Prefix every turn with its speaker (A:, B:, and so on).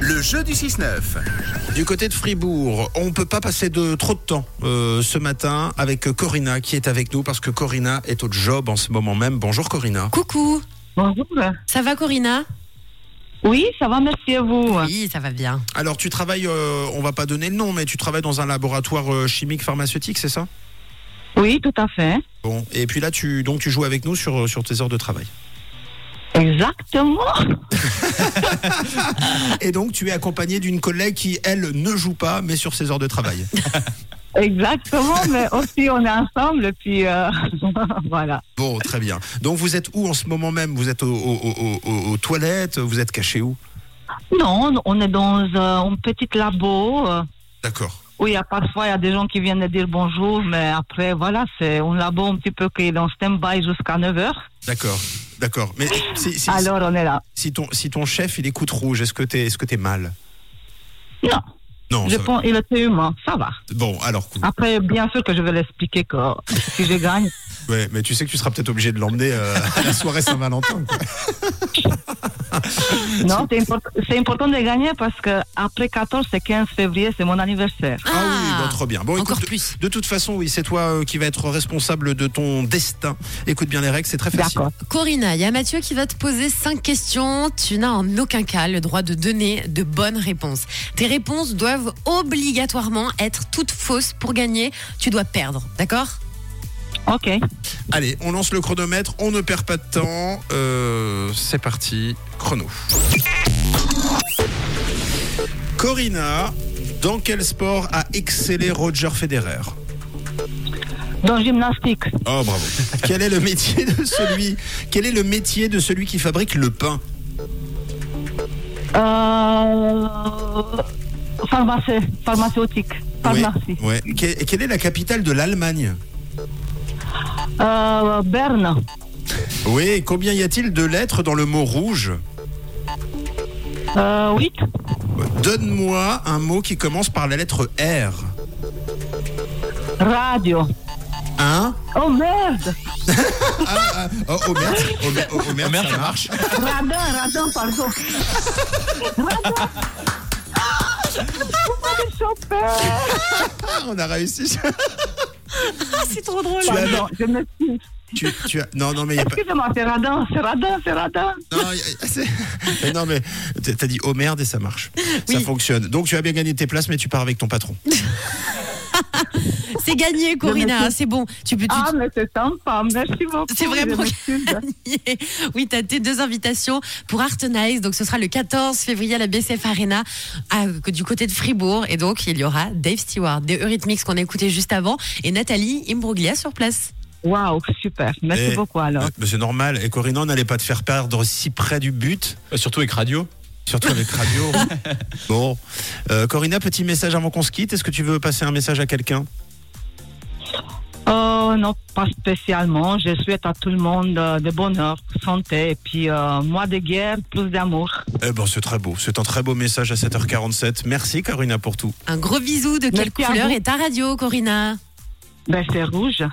A: Le jeu du 6-9.
B: Du côté de Fribourg, on peut pas passer de trop de temps euh, ce matin avec Corinna qui est avec nous parce que Corinna est au job en ce moment même. Bonjour Corinna.
C: Coucou,
D: Bonjour.
C: ça va Corinna
D: Oui, ça va, merci à vous.
C: Oui, ça va bien.
B: Alors tu travailles, euh, on va pas donner le nom, mais tu travailles dans un laboratoire euh, chimique pharmaceutique, c'est ça
D: Oui, tout à fait.
B: Bon. Et puis là, tu donc tu joues avec nous sur euh, sur tes heures de travail.
D: Exactement.
B: Et donc tu es accompagné d'une collègue qui elle ne joue pas, mais sur ses heures de travail.
D: Exactement, mais aussi on est ensemble, puis euh, voilà.
B: Bon, très bien. Donc vous êtes où en ce moment même Vous êtes au- au- au- au- aux toilettes Vous êtes caché où
D: Non, on est dans euh, un petit labo. euh,
B: D'accord.
D: où il y a parfois il y a des gens qui viennent dire bonjour, mais après voilà, c'est un labo un petit peu qui est en stand-by jusqu'à 9h.
B: D'accord. D'accord. Mais si, si-
D: Alors on est là.
B: Si ton, si ton chef, il écoute rouge, est-ce que t'es, est-ce que t'es mal
D: Non,
B: Non.
D: je
B: ça
D: Ah.
B: va.
D: pense il était humain, ça va.
B: Bon, alors cool.
D: Après, bien sûr que je vais l'expliquer que si je gagne,
B: Ouais, mais tu sais que tu seras peut-être obligé de l'emmener euh, à la soirée Saint-Valentin. quoi.
D: non, c'est import- c'est important de gagner parce que après 14 et 15 février, c'est mon anniversaire.
B: Ah, oui, bon, trop bien. Bon,
C: encore
B: écoute,
C: plus.
B: de toute façon, oui, c'est toi euh, qui vas être responsable de ton destin. Écoute bien les règles, c'est très facile.
D: D'accord.
C: Corinna, il y a Mathieu qui va te poser cinq questions. Tu n'as en aucun cas le droit de donner de bonnes réponses. Tes réponses doivent obligatoirement être toutes fausses pour gagner. Tu dois perdre, d'accord
D: Ok.
B: Allez, on lance le chronomètre, on ne perd pas de temps. Euh, c'est parti, chrono. Corinna, dans quel sport a excellé Roger Federer
D: Dans gymnastique,
B: Oh bravo. quel est le métier de celui Quel est le métier de celui qui fabrique le pain
D: euh, pharmacie, pharmaceutique, pharmacie.
B: Ouais. Que- Quelle, est la capitale de l'Allemagne
D: Euh, Berne,
B: Oui. Combien y a-t-il de lettres dans le mot rouge
D: euh, 8,
B: Donne-moi un mot qui commence par la lettre R.
D: radio.
B: Hein
D: Oh merde
B: Oh, oh merde, oh, merde, oh, oh merde, ça marche.
D: Radin, radin, pardon. Radin Pourquoi les chanteurs
B: Ah, on a réussi.
C: Ah, c'est trop drôle.
B: Tu as- Eh ben-
D: Pardon, Oh je m'excuse.
B: tu- tu as- non, non, mais y a pas.
D: Excusez-moi, c'est radin, c'est radin, c'est radin.
B: Non, y a- c'est- mais non, mais t'as- t'as dit oh merde et ça marche. Ça
C: Oui.
B: fonctionne. Donc tu as bien gagné tes places, mais tu pars avec ton patron.
C: C'est gagné, Corinna. C'est bon. Tu peux. tu-
D: Ah, mais c'est sympa, merci beaucoup.
C: C'est vraiment-
D: je m'excuse.
C: Oui, tu as tes deux invitations pour Art Nice. Donc, ce sera le 14 février à la BCF Arena à- du côté de Fribourg. Et donc, il y aura Dave Stewart, des Eurythmics qu'on a écouté juste avant, et Nathalie Imbruglia sur place.
D: Waouh, super, merci
B: Eh,
D: beaucoup alors.
B: Mais c'est normal. Et Corinna, on n'allait pas te faire perdre si près du but.
E: Euh, Surtout avec radio.
B: Surtout avec radio. bon. Euh, Corinna, petit message avant qu'on se quitte. Est-ce que tu veux passer un message à quelqu'un
D: Oh non, pas spécialement. Je souhaite à tout le monde euh, de bonheur, santé et puis euh, moi de guerre, plus d'amour.
B: Eh ben, c'est très beau. C'est un très beau message à 7h47. Merci, Corinna, pour tout.
C: Un gros bisou de quelle
D: Merci à
C: couleur
D: vous.
C: est ta radio, Corinna
D: Ben c'est rouge.